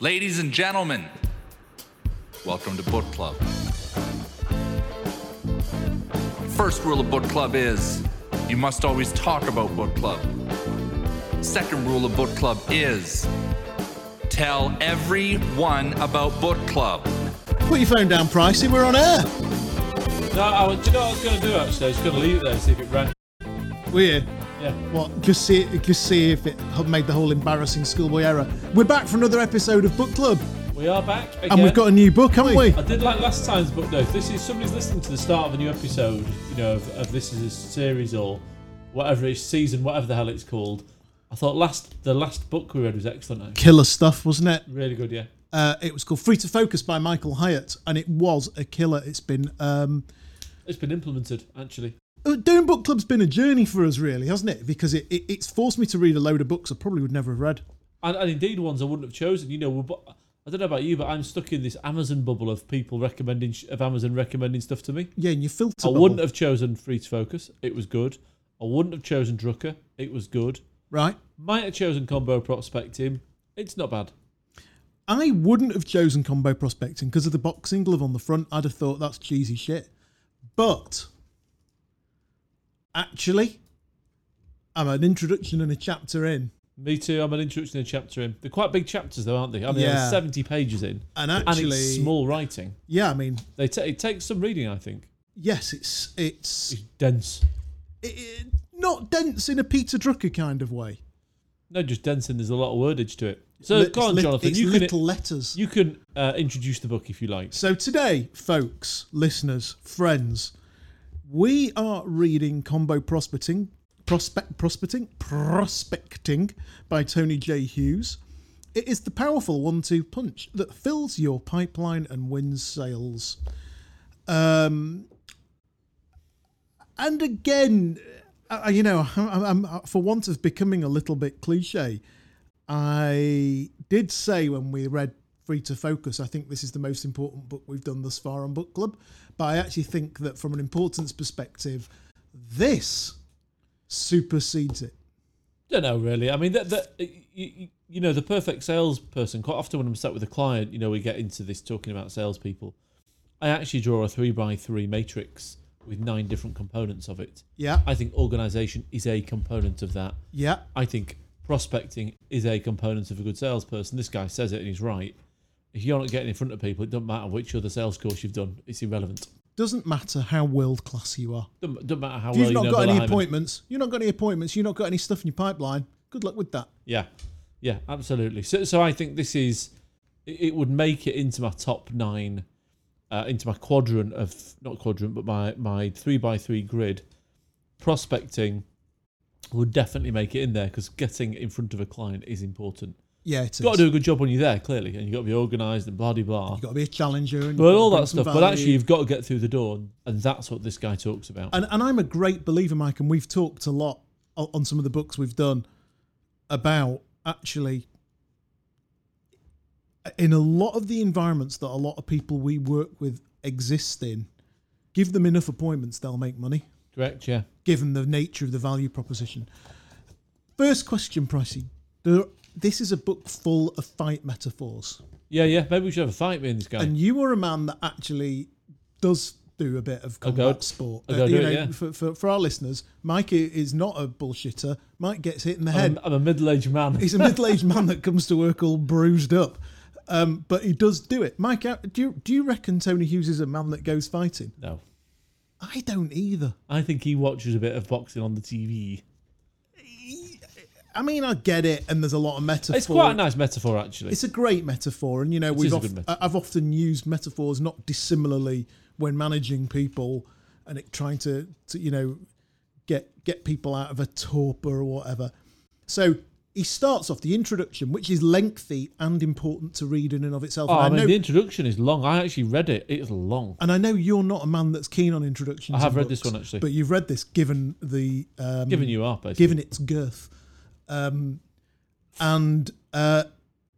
Ladies and gentlemen, welcome to Book Club. First rule of Book Club is you must always talk about Book Club. Second rule of Book Club is tell everyone about Book Club. Put your phone down, Pricey. We're on air. No, I was, do you know what I was going to do actually? I was going to leave it there and see if it ran. We're Yeah. what? Just see, just see if it had made the whole embarrassing schoolboy error. We're back for another episode of Book Club, We are back. Again. and we've got a new book, haven't we? I did like last time's book note. This is somebody's listening to the start of a new episode, you know, of, of this is a series or whatever it's season, whatever the hell it's called. I thought last the last book we read was excellent. Actually. Killer stuff, wasn't it? Really good, yeah. Uh, it was called Free to Focus by Michael Hyatt, and it was a killer. It's been um, It's been implemented actually. uh, doing book club's been a journey for us, really, hasn't it? Because it, it it's forced me to read a load of books I probably would never have read. and, and indeed ones I wouldn't have chosen. You know, we're, bo- I don't know about you, but I'm stuck in this Amazon bubble of people recommending sh- of Amazon recommending stuff to me. Yeah, and you filter. I bubble. wouldn't have chosen Free to Focus. It was good. I wouldn't have chosen Drucker. It was good. right. Might have chosen Combo Prospecting. It's not bad. I wouldn't have chosen combo prospecting because of the boxing glove on the front. I'd have thought that's cheesy shit. But actually, I'm an introduction and a chapter in. Me too. I'm an introduction and a chapter in. They're quite big chapters though, aren't they? I mean, Yeah. there's 70 pages in, And and actually, it's small writing. yeah, I mean, They ta it takes some reading, I think. yes, it's it's It's dense. it, it- not dense in a Peter Drucker kind of way. No, just dense, and there's a lot of wordage to it. So It's go on, lit- Jonathan. It's You can little letters. you can uh, introduce the book if you like. So today, folks, listeners, friends, we are reading Combo Prospecting, Prospect, Prospecting, Prospecting by Tony J. Hughes. It is the powerful one-two punch that fills your pipeline and wins sales. Um, and again, I, I- you know, I'm, I'm, for want of becoming a little bit cliche, I did say when we read Free to Focus, I think this is the most important book we've done thus far on Book Club. But I actually think that from an importance perspective, this supersedes it. don't know really. I mean, that that you, you know the perfect salesperson. Quite often when I'm sat with a client, you know, we get into this talking about salespeople. I actually draw a three by three matrix with nine different components of it. Yeah, I think organisation is a component of that. yeah, I think prospecting is a component of a good salesperson. This guy says it and he's right. If you're not getting in front of people, it doesn't matter which other sales course you've done. It's irrelevant. doesn't matter how world class you are. Doesn't, doesn't matter how If well you've you not know got Bill any Hyman. appointments, you've not got any appointments, you've not got any stuff in your pipeline. Good luck with that. Yeah, yeah, absolutely. So, so I think this is it it would make it into my top nine, uh, into my quadrant of not quadrant, but my my three by three grid. Prospecting would definitely make it in there because getting in front of a client is important. Yeah, it is. You've got to do a good job when you're there, clearly, and you've got to be organised and blah de blah. You've got to be a challenger. And you've got But to all bring that some stuff. But value. actually, you've got to get through the door, and- and that's what this guy talks about. and, and I'm a great believer, Mike, and we've talked a lot o- on some of the books we've done about actually uh, in a lot of the environments that a lot of people we work with exist in, give them enough appointments, they'll make money, Correct? Yeah. given the nature of the value proposition. First question, Pricey. There, this is a book full of fight metaphors. Yeah, yeah. Maybe we should have a fight, me and this guy. And you are a man that actually does do a bit of go- combat sport. Uh, I'll go you do it, yeah. for, for, for our listeners, Mike i- is not a bullshitter. Mike gets hit in the head. I'm, I'm a middle-aged man. He's a middle-aged man that comes to work all bruised up, um, but he does do it. Mike, how- do you, do you reckon Tony Hughes is a man that goes fighting? No. I don't either. I think he watches a bit of boxing on the TV. I mean, I get it, and there's a lot of metaphor. It's quite a nice metaphor, actually. It's a great metaphor, and you know we've a oft- good metaphor. I've often used metaphors not dissimilarly when managing people and it, trying to, to you know get get people out of a torpor or whatever. So he starts off the introduction, which is lengthy and important to read in and of itself. oh, I, and, mean, know, the introduction is long. I actually read it. It's long. and I know you're not a man that's keen on introductions. I have in read this books, one, actually. but you've read this given the um, Giving you up, basically. given its girth. Um, and uh,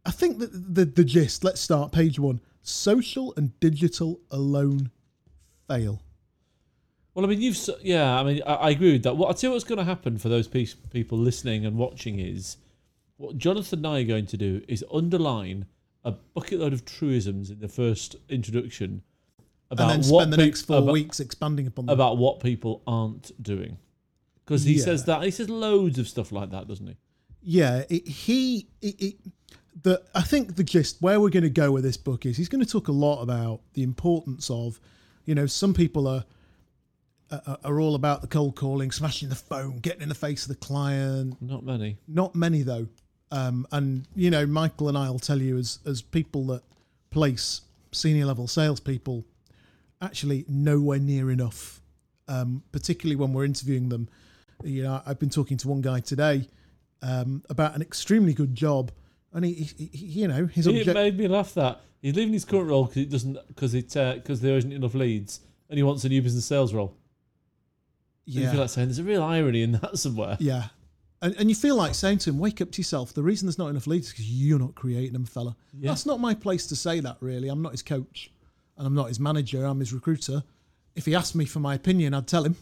I think that the, the gist, let's start page one social and digital alone fail. Well, I mean, you've s- yeah. I mean, I, I agree with that. What I tell you, what's going to happen for those pe- people listening and watching is what Jonathan and I are going to do is underline a bucket load of truisms in the first introduction and about then what spend the peop- next four about, weeks expanding upon them. about what people aren't doing. Because he Yeah. says that he says loads of stuff like that, doesn't he? yeah, it, he it, it, the I think the gist where we're going to go with this book is he's going to talk a lot about the importance of, you know, some people are are, are all about the cold calling, smashing the phone, getting in the face of the client. Not many. Not many though, um, and you know, Michael and I will tell you as as people that place senior level salespeople, actually nowhere near enough. Um, particularly when we're interviewing them, you know, I've been talking to one guy today um, about an extremely good job, and he, he, he you know, his It object. made me laugh. That he's leaving his current role because it doesn't because it because there isn't enough leads, and he wants a new business sales role. And You yeah, feel like saying there's a real irony in that somewhere. yeah, and, and you feel like saying to him, "Wake up to yourself." The reason there's not enough leads is because you're not creating them, fella. Yeah. That's not my place to say that. Really, I'm not his coach, and I'm not his manager. I'm his recruiter. If he asked me for my opinion, I'd tell him.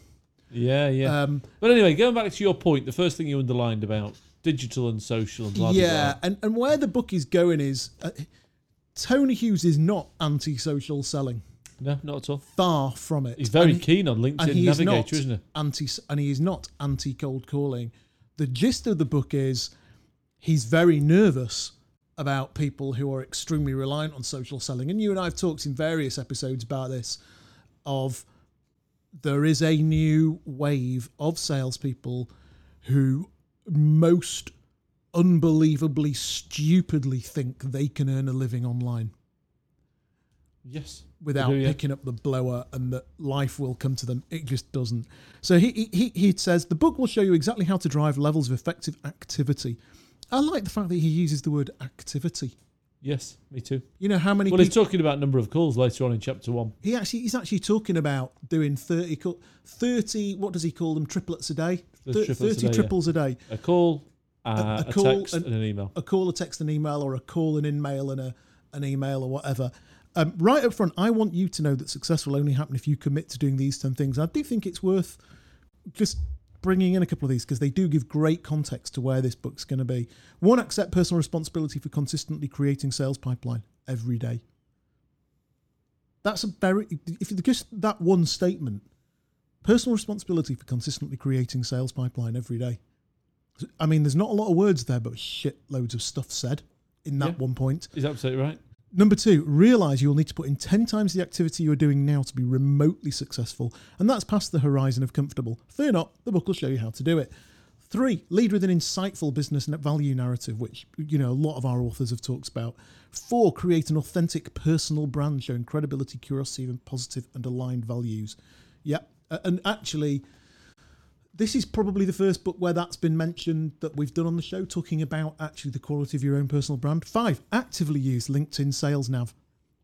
Yeah, yeah. Um, but anyway, going back to your point, the first thing you underlined about digital and social and blah blah yeah, blah. and, and where the book is going is uh, Tony Hughes is not anti-social selling. No, not at all. Far from it. He's very And- keen on LinkedIn and he is Navigator, not is not anti and he is not anti cold calling. The gist of the book is he's very nervous about people who are extremely reliant on social selling. And you and I have talked in various episodes about this of there is a new wave of salespeople who most unbelievably stupidly think they can earn a living online he? Yes. without do, yeah. picking up the blower and that life will come to them. It just doesn't. So he, he, he says the book will show you exactly how to drive levels of effective activity. I like the fact that he uses the word activity. Yes, me too. You know how many Well, he's people talking about number of calls later on in chapter one. he actually he's actually talking about doing 30 co- 30 what does he call them triplets a day? Those Thir- 30 triplets a day, yeah. triples a day. A call, uh, a a, call text, and- and an email. a call, a text, an email, or a call, an in-mail, and a, an email, or whatever. Um, right up front, I want you to know that success will only happen if you commit to doing these 10 things. I do think it's worth just bringing in a couple of these because they do give great context to where this book's going to be. One, accept personal responsibility for consistently creating sales pipeline every day. That's a very, if you just that one statement, personal responsibility for consistently creating sales pipeline every day. I mean, there's not a lot of words there, but shit loads of stuff said in that Yeah. one point. He's absolutely right. Number two, realize you'll need to put in 10 times the activity you're doing now to be remotely successful. And that's past the horizon of comfortable. Fear not, the book will show you how to do it. Three, lead with an insightful business and value narrative, which, you know, a lot of our authors have talked about. Four, create an authentic personal brand showing credibility, curiosity, and positive and aligned values. Yep. A- And actually, this is probably the first book where that's been mentioned that we've done on the show, talking about actually the quality of your own personal brand. Five, actively use LinkedIn Sales Nav.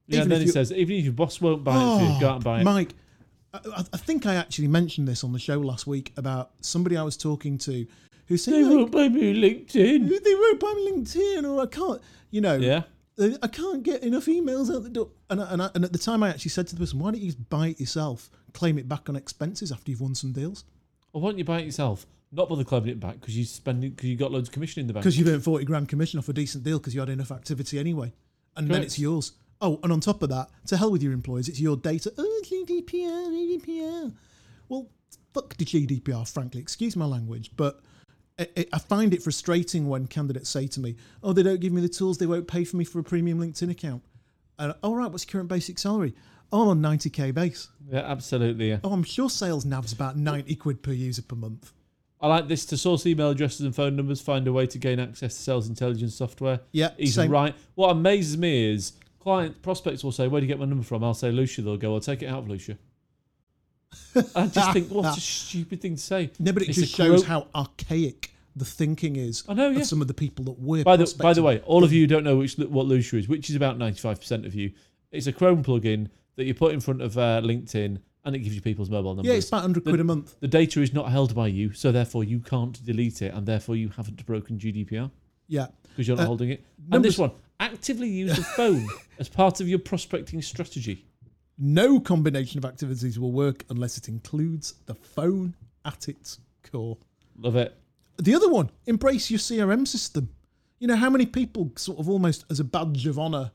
Yeah, Even and if then he you- Oh, says, even if your boss won't buy it, for you, go out and buy it. Mike, I, I- I think I actually mentioned this on the show last week about somebody I was talking to who said, They "Look, won't buy me LinkedIn. they wrote by LinkedIn or I can't, you know, Yeah. uh, I can't get enough emails out the door. And, I, and, I, and at the time I actually said to the person, why don't you just buy it yourself, claim it back on expenses after you've won some deals? Or why don't you buy it yourself? Not bother claiming it back because you spend because you got loads of commission in the bank. Because you've earned 40 grand commission off a decent deal because you had enough activity anyway. And then Correct. it's yours. Oh, and on top of that, to hell with your employers, it's your data. Oh, GDPR, GDPR. Well, fuck the GDPR, frankly. Excuse my language, but i i I find it frustrating when candidates say to me, oh, they don't give me the tools, they won't pay for me for a premium LinkedIn account. And, all right, what's your current basic salary? Oh, I'm on 90K base. Yeah, absolutely. Yeah. Oh, I'm sure sales nav's about 90 quid per user per month. I like this to source email addresses and phone numbers, find a way to gain access to sales intelligence software. Yeah, He's same. right. What amazes me is client prospects will say, Where do you get my number from? I'll say Lucia, they'll go, I'll take it out of Lucia. I just think, what a stupid thing to say. No, but it It's a just shows corro- how archaic the thinking is I know, yeah. of some of the people that we're By the, by the prospecting. way, all of you don't know which what Lucia is, which is about 95% of you. It's a Chrome plugin that you put in front of uh, LinkedIn and it gives you people's mobile numbers. yeah, it's about 100 quid a month. the data is not held by you, so therefore you can't delete it and therefore you haven't broken GDPR. Yeah, because you're not holding it. And Uh, numbers- this one, actively use the phone as part of your prospecting strategy. no combination of activities will work unless it includes the phone at its core. Love it. The other one, embrace your CRM system. You know, how many people sort of almost as a badge of honor,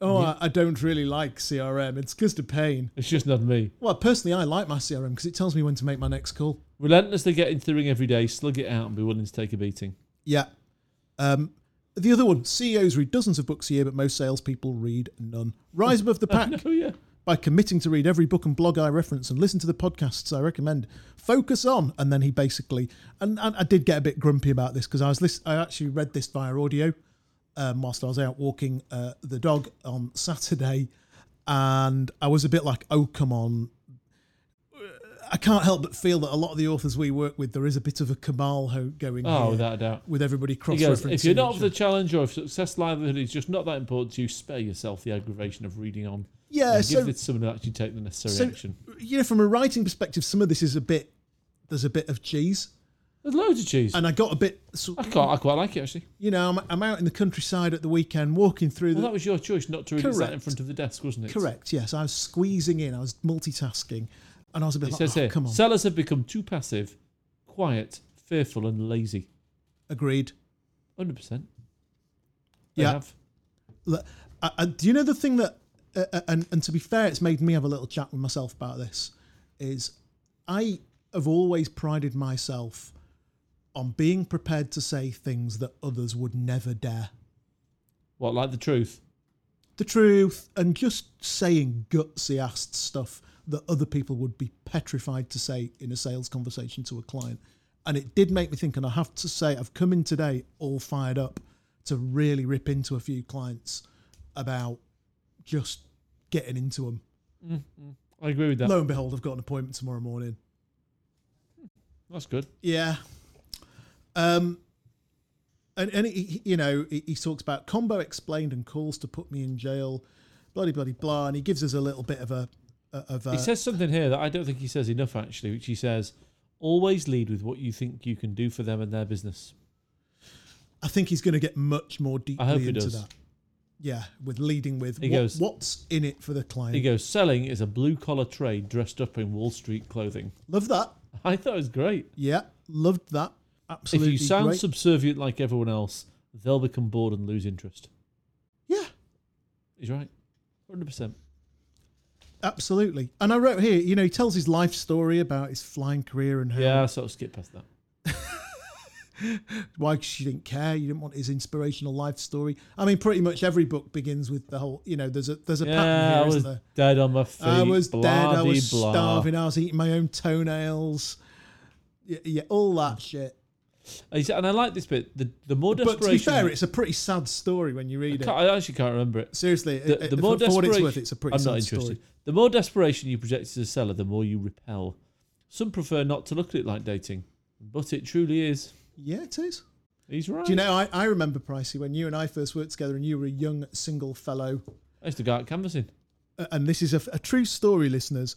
oh, I, I don't really like CRM. It's just a pain. It's just not me. Well, personally, I like my CRM because it tells me when to make my next call. Relentlessly get into the ring every day, slug it out, and be willing to take a beating. Yeah. Um, the other one, CEOs read dozens of books a year, but most salespeople read none. Rise above the pack Oh yeah. by committing to read every book and blog I reference and listen to the podcasts I recommend. Focus on, and then he basically, and, and I did get a bit grumpy about this because I was list- I actually read this via audio um, whilst I was out walking uh, the dog on Saturday, and I was a bit like, oh come on. I can't help but feel that a lot of the authors we work with, there is a bit of a cabal ho- going Oh, here without a doubt. with everybody He cross goes, referencing. if you're not up for the challenge or if success livelihood is just not that important to you, spare yourself the aggravation of reading on. yeah, and so give it to someone who actually take the necessary so- action. you know, from a writing perspective, some of this is a bit. There's a bit of cheese, There's loads of cheese. and I got a bit. So, I quite, I quite like it actually. you know, I'm, I'm out in the countryside at the weekend, walking through the. Well, that was your choice not to read it sat in Correct. front of the desk, wasn't it? correct. Yes, I was squeezing in. I was multitasking, and I was a bit It like, says "Oh, here, come on, sellers have become too passive, quiet, fearful, and lazy. agreed. Hundred percent. Yeah. Have. Look, I, I, do you know the thing that, uh, uh, and and to be fair, it's made me have a little chat with myself about this. Is I have always prided myself on being prepared to say things that others would never dare. What like the truth? the truth and just saying gutsy ass stuff that other people would be petrified to say in a sales conversation to a client. And it did make me think, and I have to say, I've come in today all fired up to really rip into a few clients about just getting into them. I agree with that. Lo and behold, I've got an appointment tomorrow morning. That's good. Yeah. Um, and and he, he- you know he, he talks about combo explained and calls to put me in jail, bloody bloody blah, and he gives us a little bit of a of He a says something here that I don't think he says enough actually, which he says, always lead with what you think you can do for them and their business. I think he's going to get much more deeply hope he into does. that. Yeah, with leading with He what- goes- what's in it for the client. He goes, selling is a blue collar trade dressed up in Wall Street clothing. Love that. I thought it was great. Yeah, loved that. Absolutely. if you sound great. subservient like everyone else, they'll become bored and lose interest. yeah, He's right. 100%. absolutely. And I wrote here, you know, he tells his life story about his flying career and how Yeah, I sort of skip past that. why she didn't care you didn't want his inspirational life story i mean pretty much every book begins with the whole you know there's a there's a pattern Yeah, here I was not there dead on my feet. i was blah, dead i was blah. starving i was eating my own toenails yeah, yeah all that shit He's- And I like this bit. The, the more but desperation. to be fair it's a pretty sad story when you read it I actually can't remember it. seriously the, it- the it- more for, for what desperation, it's worth it's a pretty I'm sad not interested. story The more desperation you project as a seller, the more you repel. Some prefer not to look at it like dating, but it truly is. yeah it is He's right. do you know I, I remember pricey when you and i first worked together and you were a young single fellow I used to go out canvassing. uh, and this is a, a true story, listeners.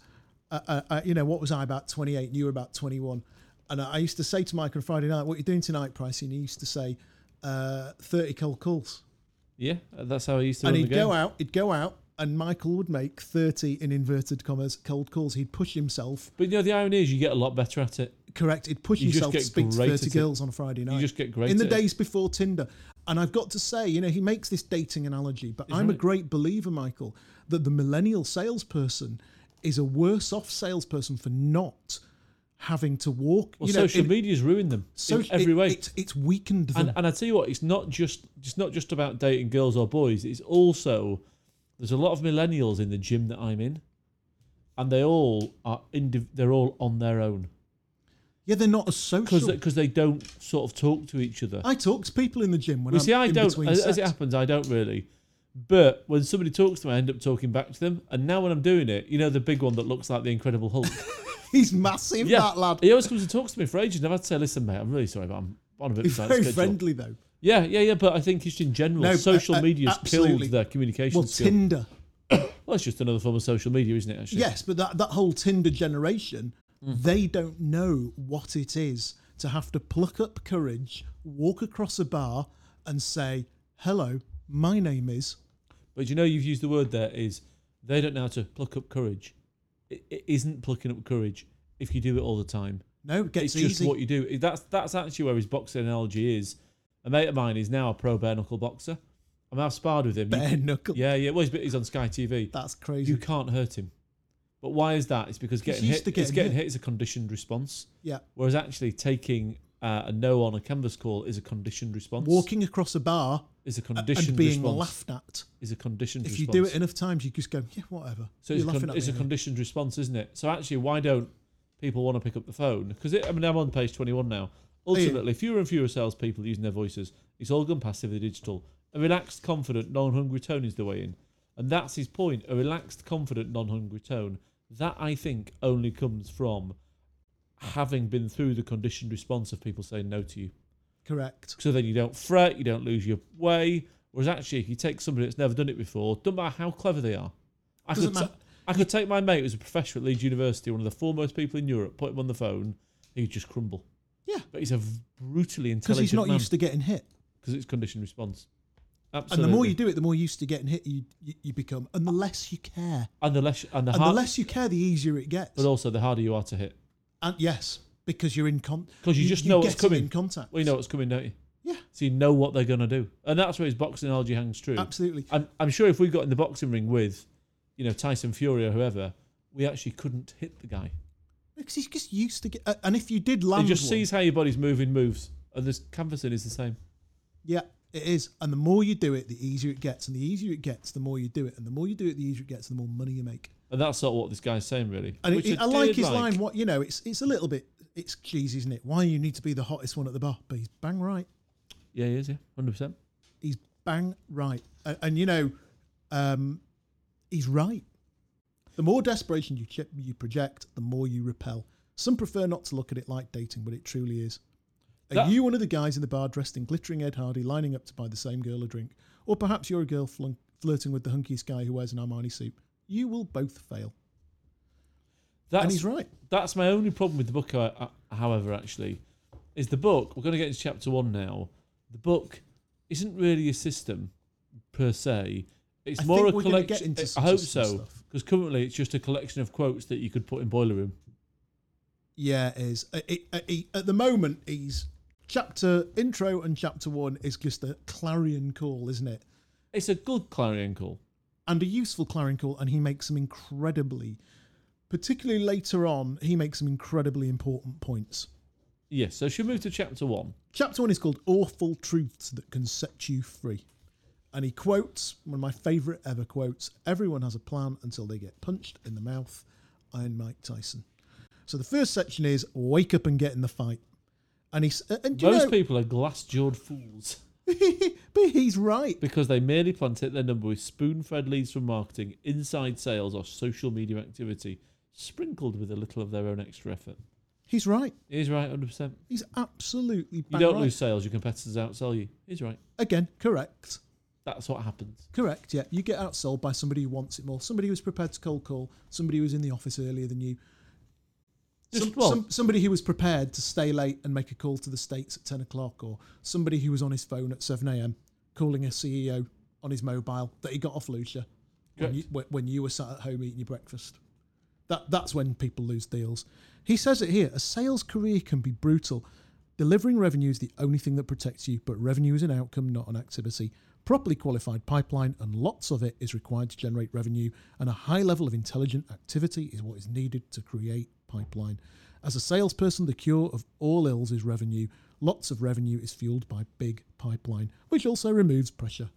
Uh, uh, uh, you know, what was I about 28? and You were about 21. And I I used to say to Mike on Friday night, What are you doing tonight, Pricey? And he used to say, uh, 30 cold calls. Yeah, that's how I used to and run the he'd game. go out, he'd go out, and Michael would make 30 in inverted commas cold calls. He'd push himself, But you know, the irony is you get a lot better at it. correct? He'd push You just himself to get speak to great 30 at it. girls on a Friday night. You just get great in the at it. days before Tinder. And I've got to say, you know, he makes this dating analogy, but I'm a great believer, Michael, that the millennial salesperson is a worse off salesperson for not having to walk. Well, you know, social in- media's ruined them social- in every it- way. It's, it's weakened them. and, and I tell you what, it's not just it's not just about dating girls or boys. It's also there's a lot of millennials in the gym that I'm in, and they all are indiv- they're all on their own yeah, they're not as social. because because they don't sort of talk to each other. I talk to people in the gym when Well, I'm see, I Um, in don't. between As, as sets. it happens, I don't really. But when somebody talks to me, I end up talking back to them. And now when I'm doing it, you know the big one that looks like the Incredible Hulk. He's massive, yeah, that lad. He always comes and talks to me for ages. And I've had to say, "Listen, mate, I'm really sorry, but I'm on a bit He's behind very schedule." friendly, though. Yeah, yeah, yeah. But I think just in general, No, social uh, uh, media's absolutely. killed their communication Well, skill. Tinder. well, it's just another form of social media, isn't it? Actually, Yes, but that, that whole Tinder generation, Mm. they don't know what it is to have to pluck up courage, walk across a bar, and say, Hello, my name is. But you know, you've used the word there is they don't know how to pluck up courage. It, it isn't plucking up courage if you do it all the time. No, it gets it's just easy. what you do. That's that's actually where his boxing analogy is. A mate of mine is now a pro bare knuckle boxer. I'm now sparred with him. You- Bare knuckle. yeah, yeah. Well, he's, he's on Sky TV. That's You crazy. can't hurt him. But why is that? It's because He's getting used hit, to it's getting getting hit. hit is a conditioned response. Yeah. Whereas actually taking uh, a no on a canvas call is a conditioned response. Walking across a bar is a conditioned and being response. laughed at. Is a conditioned If response. you do it enough times, you just go, yeah, whatever. So You're it's, a laughing con- at it's me. a conditioned response, isn't it? So actually, why don't people want to pick up the phone? Because I mean, I'm on page 21 now. Ultimately, fewer and fewer salespeople using their voices. It's all gone passively digital. A relaxed, confident, non-hungry tone is the way in, and that's his point. A relaxed, confident, non-hungry tone. That I think only comes from having been through the conditioned response of people saying no to you. Correct. So then you don't fret, you don't lose your way. Whereas actually, if you take somebody that's never done it before, doesn't matter how clever they are. I Doesn't could, ta- matter. I could take my mate who's a professor at Leeds University, one of the foremost people in Europe, put him on the phone, he'd just crumble. Yeah. But he's a v- brutally Because intelligent he's not man used to getting hit. because it's conditioned response. And Absolutely. the more you do it, the more used to getting hit you, you, you become. And the less you care. and the less, and the, And har- the less you care, the easier it gets. but also the harder you are to hit. and yes, because you're in contact. 'Cause you just know what's coming. in contact. Well, you know what's coming, don't you? Yeah, So you know what they're going to do, and that's where his boxing analogy hangs true. absolutely. I'm, I'm sure if we got in the boxing ring with, you know, Tyson Fury or whoever, we actually couldn't hit the guy. Because he's just used to get. uh, and if you did He land, just one- sees how your body's moving, moves, and this canvassing is the same. Yeah, it is. And the more you do it, the easier it gets. And the easier it gets, the more you do it. And the more you do it, the easier it gets, and the more money you make. And that's sort of what this guy's saying, really. And Which it, it- I did like his line. What you know, it's it's a little bit it's cheesy, isn't it? Why you need to be the hottest one at the bar? But he's bang right. Yeah, he is. Yeah, hundred percent. He's bang right. And, and you know, um, he's right. The more desperation you ch- you project, the more you repel. Some prefer not to look at it like dating, but it truly is. Are That- you one of the guys in the bar dressed in glittering Ed Hardy, lining up to buy the same girl a drink, or perhaps you're a girl flunk, flirting with the hunkiest guy who wears an Armani suit? You will both fail, and That's he's right. that's my only problem with the book. uh, uh, However, actually, is the book. We're going to get into chapter one now. The book isn't really a system per se. It's I more think a we're gonna get collection. into I some hope system so, stuff. because currently it's just a collection of quotes that you could put in boiler room. Yeah, it is. Uh, It, it, it- at the moment, he's chapter intro and chapter one is just a clarion call, isn't it? It's a good clarion call. And a useful clarion call, and he makes some incredibly, particularly later on, he makes some incredibly important points. Yes. So should we move to chapter one? Chapter one is called Awful Truths That Can Set You Free. And he quotes one of my favourite ever quotes Everyone has a plan until they get punched in the mouth. Iron Mike Tyson. So the first section is Wake Up and Get in the Fight. And he's. And do you Most know, people are glass-jawed fools but he's right. because they merely plantate their number with spoon-fed leads from marketing, inside sales, or social media activity, sprinkled with a little of their own extra effort. He's right. He's right, hundred percent. He's absolutely You bang don't right. lose sales; your competitors outsell you. He's right. Again, correct. That's what happens. Correct, yeah. You get outsold by somebody who wants it more. Somebody who was prepared to cold call. Somebody who was in the office earlier than you. Just Some- well, some- somebody who was prepared to stay late and make a call to the States at 10 o'clock, or somebody who was on his phone at 7 a.m. calling a CEO on his mobile that he got off Lucia when Correct. you, when- when you were sat at home eating your breakfast. That, that's when people lose deals. He says it here a sales career can be brutal. Delivering revenue is the only thing that protects you, but revenue is an outcome, not an activity. Properly qualified pipeline and lots of it is required to generate revenue, and a high level of intelligent activity is what is needed to create pipeline. As a salesperson, the cure of all ills is revenue. Lots of revenue is fueled by big pipeline, which also removes pressure.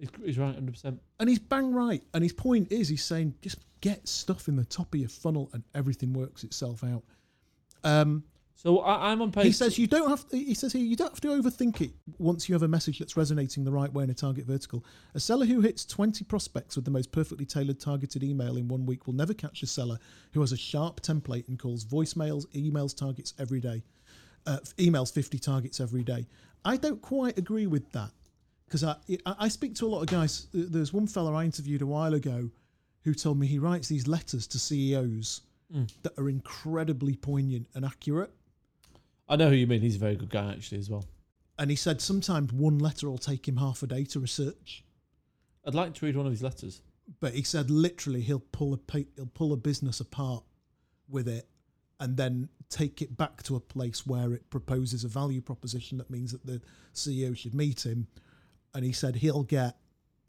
he's, he's right, hundred percent. And he's bang right. And his point is, he's saying just get stuff in the top of your funnel, and everything works itself out. Um, So I, I'm on page. he says you don't have. To, he says here you don't have to overthink it. Once you have a message that's resonating the right way in a target vertical, a seller who hits 20 prospects with the most perfectly tailored targeted email in one week will never catch a seller who has a sharp template and calls voicemails, emails, targets every day, uh, emails 50 targets every day. I don't quite agree with that because I I I speak to a lot of guys. Th- There's one fella I interviewed a while ago who told me he writes these letters to CEOs that are incredibly poignant and accurate. I know who you mean. He's a very good guy, actually, as well. And he said sometimes one letter will take him half a day to research. I'd like to read one of his letters. But he said literally he'll pull a pa- he'll pull a business apart with it, and then take it back to a place where it proposes a value proposition that means that the CEO should meet him. And he said he'll get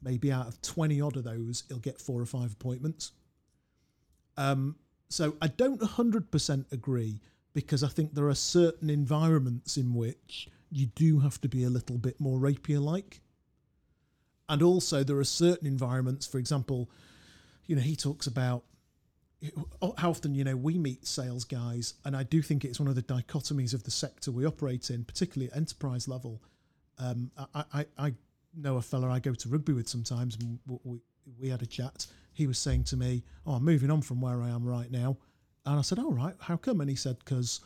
maybe out of 20 odd of those, he'll get four or five appointments. Um, so I don't 100% agree because I think there are certain environments in which you do have to be a little bit more rapier like. And also, there are certain environments, for example, you know, he talks about oh, how often, you know, we meet sales guys, and I do think it's one of the dichotomies of the sector we operate in, particularly at enterprise level. Um, I, I, I know a fella I go to rugby with sometimes, and we, we had a chat. He was saying to me, "Oh, I'm moving on from where I am right now," and I said, "All right, how come?" And he said, "Because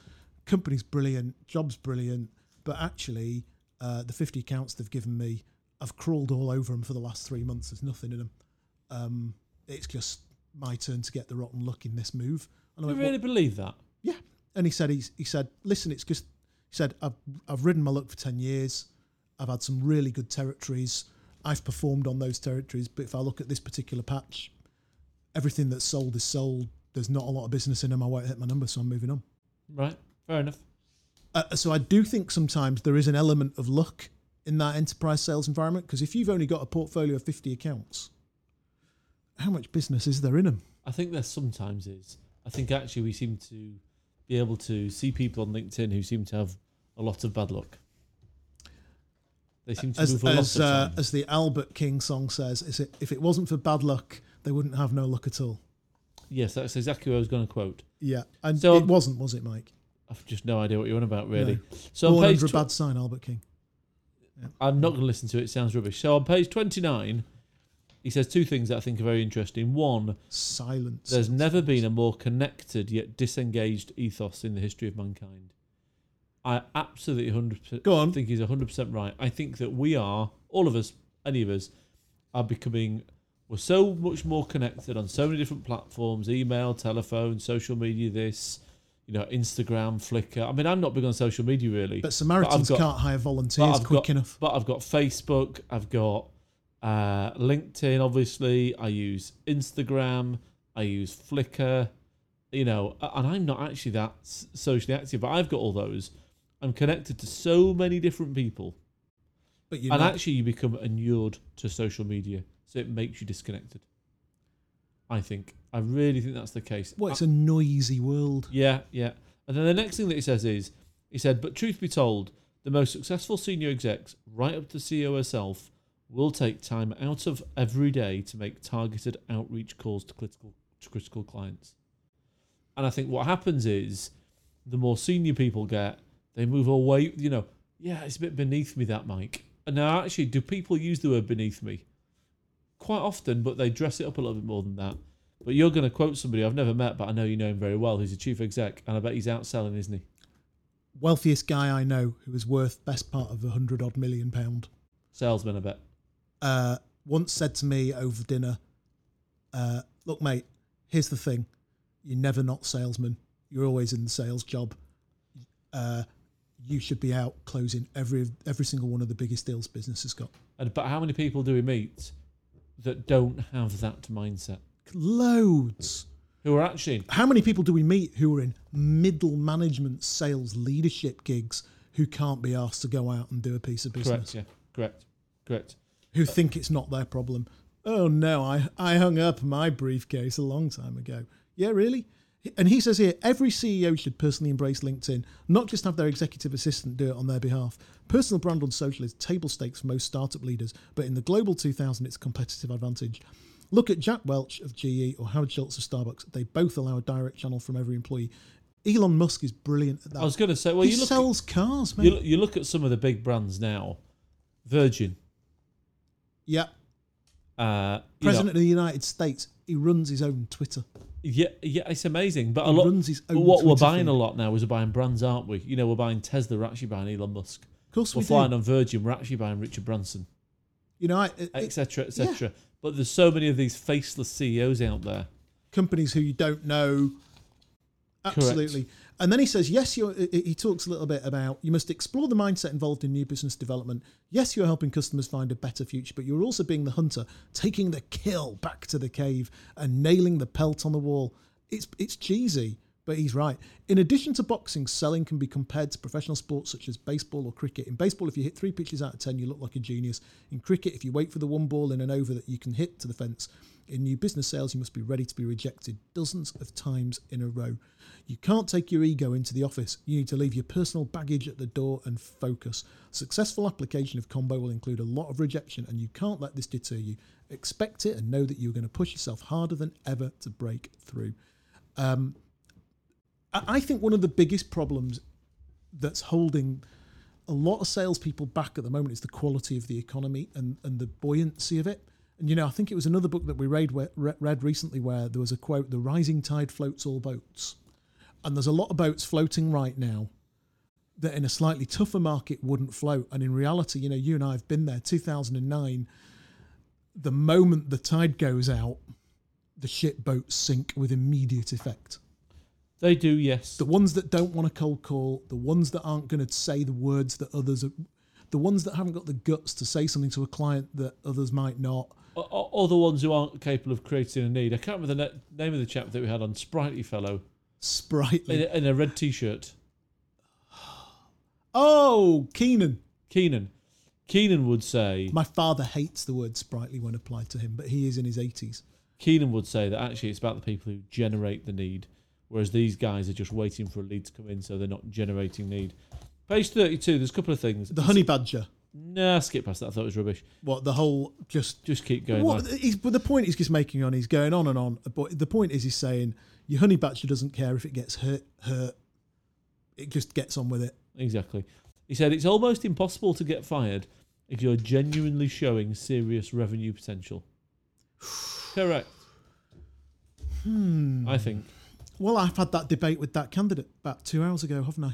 company's brilliant, job's brilliant, but actually, uh, the 50 accounts they've given me, I've crawled all over them for the last three months. There's nothing in them. Um, it's just my turn to get the rotten luck in this move." And I went, really what? believe that? Yeah. And he said, he, he said, listen, it's just." He said, I've, I've ridden my luck for 10 years. I've had some really good territories. I've performed on those territories, but if I look at this particular patch, everything that's sold is sold. There's not a lot of business in them. I won't hit my number, so I'm moving on. Right, fair enough. Uh, so I do think sometimes there is an element of luck in that enterprise sales environment because if you've only got a portfolio of 50 accounts, how much business is there in them? I think there sometimes is. I think actually we seem to be able to see people on LinkedIn who seem to have a lot of bad luck. They seem to as, move um, a as, uh, as, the Albert King song says, it, if it wasn't for bad luck, they wouldn't have no luck at all. Yes, that's exactly what I was going to quote. Yeah, and so it I'm, wasn't, was it, Mike? I've just no idea what you're on about, really. No. So Born under tw- a bad sign, Albert King. Yeah. I'm not going to listen to it. It sounds rubbish. So on page 29, he says two things that I think are very interesting. One, silence. There's never been a more connected yet disengaged ethos in the history of mankind. I absolutely 100% Go on. think he's 100% right. I think that we are, all of us, any of us, are becoming, we're so much more connected on so many different platforms email, telephone, social media, this, you know, Instagram, Flickr. I mean, I'm not big on social media really. But Samaritans but got, can't hire volunteers quick got, enough. But I've got Facebook, I've got uh, LinkedIn, obviously. I use Instagram, I use Flickr. You know, and I'm not actually that socially active, but I've got all those. I'm connected to so many different people. and not. actually, you become inured to social media, so it makes you disconnected. I think. I really think that's the case. Well, it's I, a noisy world. Yeah, yeah. And then the next thing that he says is, he said, but truth be told, the most successful senior execs, right up to E CEO herself, will take time out of every day to make targeted outreach calls to critical to critical clients. And I think what happens is, the more senior people get, they move away. You know, yeah, it's a bit beneath me that mic. And now, actually, do people use the word beneath me? Quite often, but they dress it up a little bit more than that. But you're going to quote somebody I've never met, but I know you know him very well, who's a chief exec, and I bet he's outselling, isn't he? Wealthiest guy I know who is worth best part of a hundred odd million pound. Salesman, I bet. Uh, once said to me over dinner, uh, "Look, mate, here's the thing: you're never not salesman. You're always in the sales job. Uh, you should be out closing every every single one of the biggest deals business has got. And, but how many people do we meet that don't have that mindset? Loads. Who are actually? How many people do we meet who are in middle management sales leadership gigs who can't be asked to go out and do a piece of business? Correct. Yeah. Correct. Correct. Who uh, think it's not their problem? Oh no, I I hung up my briefcase a long time ago. Yeah, really and he says here every CEO should personally embrace LinkedIn, not just have their executive assistant do it on their behalf. Personal brand on social is table stakes for most startup leaders, but in the global 2000, it's a competitive advantage. Look at Jack Welch of GE or Howard Schultz of Starbucks. They both allow a direct channel from every employee. Elon Musk is brilliant at that. I was going to say, well, he you look sells at, cars, man. You, you look at some of the big brands now, Virgin. Yeah. Uh, President know, of the United States, he runs his own Twitter. Yeah, yeah, it's amazing. But he a lot. Runs his own what Twitter we're buying thing. a lot now is we're buying brands, aren't we? You know, we're buying Tesla. We're actually buying Elon Musk. Of course, we're we flying do. on Virgin. We're actually buying Richard Branson, You know, etc., etc. Et yeah. But there's so many of these faceless CEOs out there. Companies who you don't know. Absolutely. Correct. And then he says, yes, you're, he talks a little bit about you must explore the mindset involved in new business development. Yes, you're helping customers find a better future, but you're also being the hunter, taking the kill back to the cave and nailing the pelt on the wall. It's, it's cheesy, But he's right. In addition to boxing, selling can be compared to professional sports such as baseball or cricket. In baseball, if you hit three pitches out of 10, you look like a genius. In cricket, if you wait for the one ball in an over that you can hit to the fence, in new business sales, you must be ready to be rejected dozens of times in a row. You can't take your ego into the office. You need to leave your personal baggage at the door and focus. Successful application of combo will include a lot of rejection, and you can't let this deter you. Expect it and know that you're going to push yourself harder than ever to break through. Um, I I think one of the biggest problems that's holding a lot of salespeople back at the moment is the quality of the economy and, and the buoyancy of it. And you know, I think it was another book that we read where, re- read recently where there was a quote: "The rising tide floats all boats," and there's a lot of boats floating right now that in a slightly tougher market wouldn't float. And in reality, you know, you and I have been there. 2009, the moment the tide goes out, the ship boats sink with immediate effect They do, yes. the ones that don't want a cold call, the ones that aren't going to say the words that others are, the ones that haven't got the guts to say something to a client that others might not. O- o- Other ones who aren't capable of creating a need. I can't remember the na- name of the chap that we had on, Sprightly Fellow, in Sprightly. a, in a red t shirt. Oh, Keenan. Keenan. Keenan would say, My father hates the word sprightly when applied to him, but he is in his 80s. Keenan would say that actually it's about the people who generate the need, whereas these guys are just waiting for a lead to come in, so they're not generating need. Page 32, there's a couple of things. The honey badger. Nah, skip past that. I thought it was rubbish. What, the whole just Just keep going. What, like- he's, but the point he's just making on, he's going on and on. But the point is, he's saying your honey badger doesn't care if it gets hurt. Hurt. It just gets on with it. Exactly. He said it's almost impossible to get fired if you're genuinely showing serious revenue potential. Correct. Hmm. I think. Well, I've had that debate with that candidate about two hours ago, haven't I?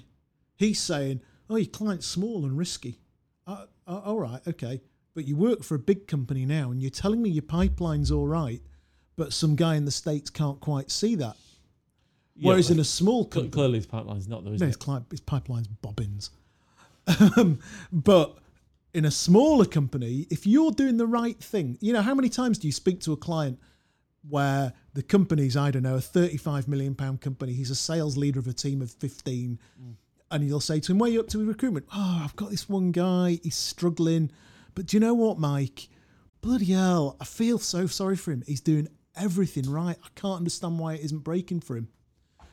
He's saying, "Oh, your client's small and risky." Uh, uh, all right, okay, but you work for a big company now, and you're telling me your pipeline's all right, but some guy in the states can't quite see that. Yeah, Whereas in well, a small cl- company, clearly his pipeline's not there, is no, it? his, client, his pipeline's bobbins. um, but in a smaller company, if you're doing the right thing, you know, how many times do you speak to a client where the company's, I don't know, a 35 million pound company, he's a sales leader of a team of 15, Mm. and you'll say to him, Where are you up to with recruitment? Oh, I've got this one guy, he's struggling. But do you know what, Mike? Bloody hell, I feel so sorry for him. He's doing everything right. I can't understand why it isn't breaking for him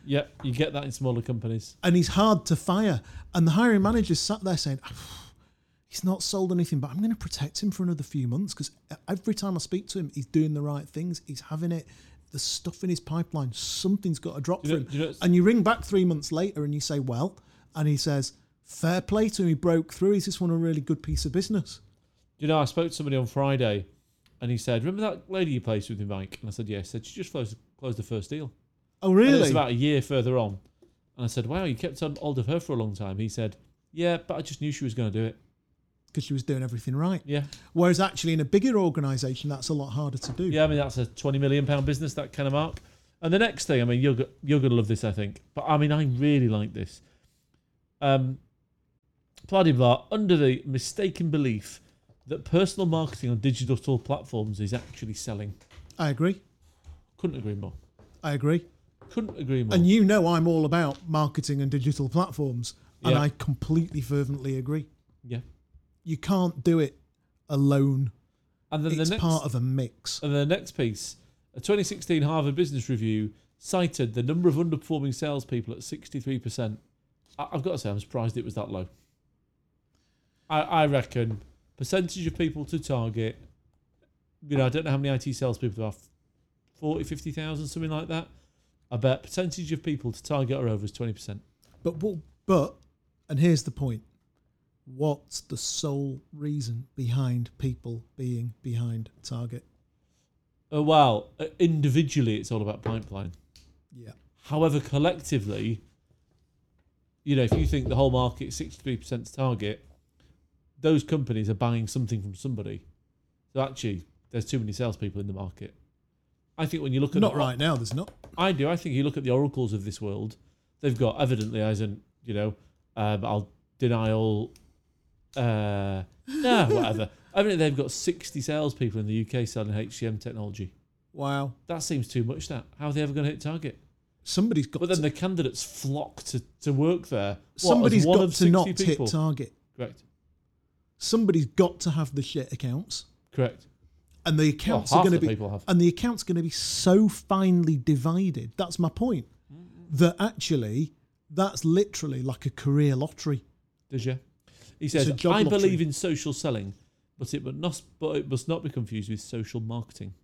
Yep, you get that in smaller companies. and he's hard to fire. And the hiring manager sat there saying, "He's not sold anything, but I'm going to protect him for another few months because every time I speak to him, he's doing the right things. He's having it. The stuff in his pipeline, something's got to drop You know- for him." you know- and you ring back three months later and you say, "Well," and he says, "Fair play to him. He broke through. He's just won a really good piece of business." You know, I spoke to somebody on Friday and he said, Remember that lady you placed with me, Mike? And I said, Yeah. He said, She just closed, closed the first deal. Oh, And it was really? about a year further on. And I said, Wow, you kept on hold of her for a long time. He said, Yeah, but I just knew she was going to do it. Because she was doing everything right. Yeah. Whereas actually, in a bigger organisation, that's a lot harder to do. Yeah, I mean that's a twenty million pound business that kind of mark. And the next thing, I mean, you're go- you're gonna love this, I think. But I mean, I really like this. Um, Pladivar under the mistaken belief that personal marketing on digital platforms is actually selling. I agree. Couldn't agree more. I agree. Couldn't agree more. And you know I'm all about marketing and digital platforms, and Yeah. I completely fervently agree. yeah. You can't do it alone. And then the It's next part of a mix. and the next piece, a 2016 Harvard Business Review cited the number of underperforming salespeople at 63%. I, I've got to say, I'm surprised it was that low. I, I reckon percentage of people to target, you know, I don't know how many IT salespeople there are, 40, 50,000, something like that. I bet percentage of people to target are over is 20%. But but, but and here's the point. What's the sole reason behind people being behind target? Oh, well, uh, individually, it's all about pipeline. Yeah. However, collectively, you know, if you think the whole market sixty-three percent target, those companies are buying something from somebody. So actually, there's too many salespeople in the market. I think when you look at Not the, right now, there's not. I do. I think you look at the oracles of this world. They've got evidently, as in you know, um, I'll deny all. Uh, no, whatever. I mean, they've got sixty salespeople in the UK selling HCM technology. Wow. That seems too much. That how are they ever going to hit target? somebody's got But then to, the candidates flock to, to work there. What, as somebody's one got of to not 60 hit target. Correct. Somebody's got to have the shit accounts, Correct. and the accounts half are going the to be people have. and the accounts going to be so finely divided. That's my point. Mm. That actually, that's literally like a career lottery. Does you? He says, a "I job lottery. believe in social selling, but it must not, but it must not be confused with social marketing."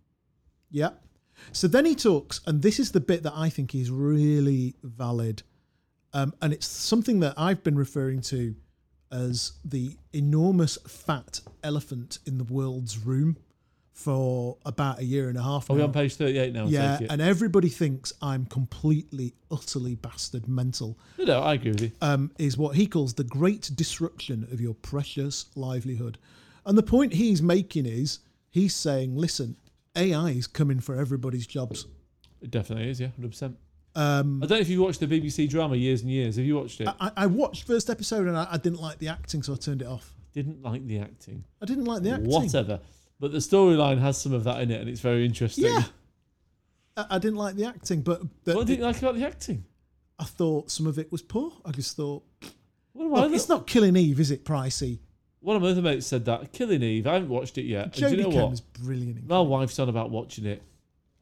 Yeah. So then he talks, and this is the bit that I think is really valid. Um, and it's something that I've been referring to as the enormous fat elephant in the world's room for about a year and a half. Are we now. on page thirty-eight now? I Uh, yeah, uh, take it? and everybody thinks I'm completely, utterly bastard mental, no, no, I agree with you. um, is what he calls the great disruption of your precious livelihood. And the point he's making is he's saying, listen, AI is coming for everybody's jobs. It definitely is. Yeah, hundred percent. Um, I don't know if you watched the BBC drama Years and Years. Have you watched it? I I, I watched first episode and I, I didn't like the acting, so I turned it off. didn't like the acting. I didn't like the acting. Whatever. But the storyline has some of that in it, and it's very interesting. Yeah. I, I didn't like the acting, but the, What did you like about the acting? I thought some of it was poor. I just thought, One of my, look, other, it's not Killing Eve, is it, Pricey? one of my other mates said that. Killing Eve. I haven't watched it yet. And do Jodie you know Comer's what? brilliant. in- My wife's on about watching it.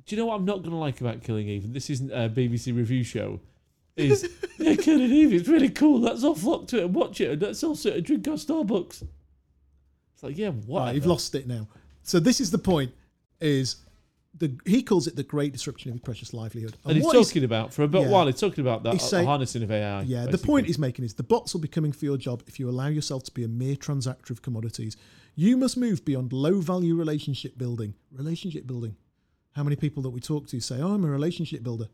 Do you know what I'm not going to like about Killing Eve? And this isn't a BBC review show. Is yeah, Killing Eve is really cool. Let's all flock to it and watch it, and let's all sit and drink our Starbucks. It's like, yeah, what? Right, you've lost it now. So this is the point: is the he calls it the great disruption of your precious livelihood. And he's what he's- talking about for a bit yeah. while. He's talking about that He's uh, saying- harnessing of AI. Yeah, the basically. point he's making is the bots will be coming for your job if you allow yourself to be a mere transactor of commodities. You must move beyond low value relationship building. Relationship building. How many people that we talk to say, Oh, I'm a relationship builder?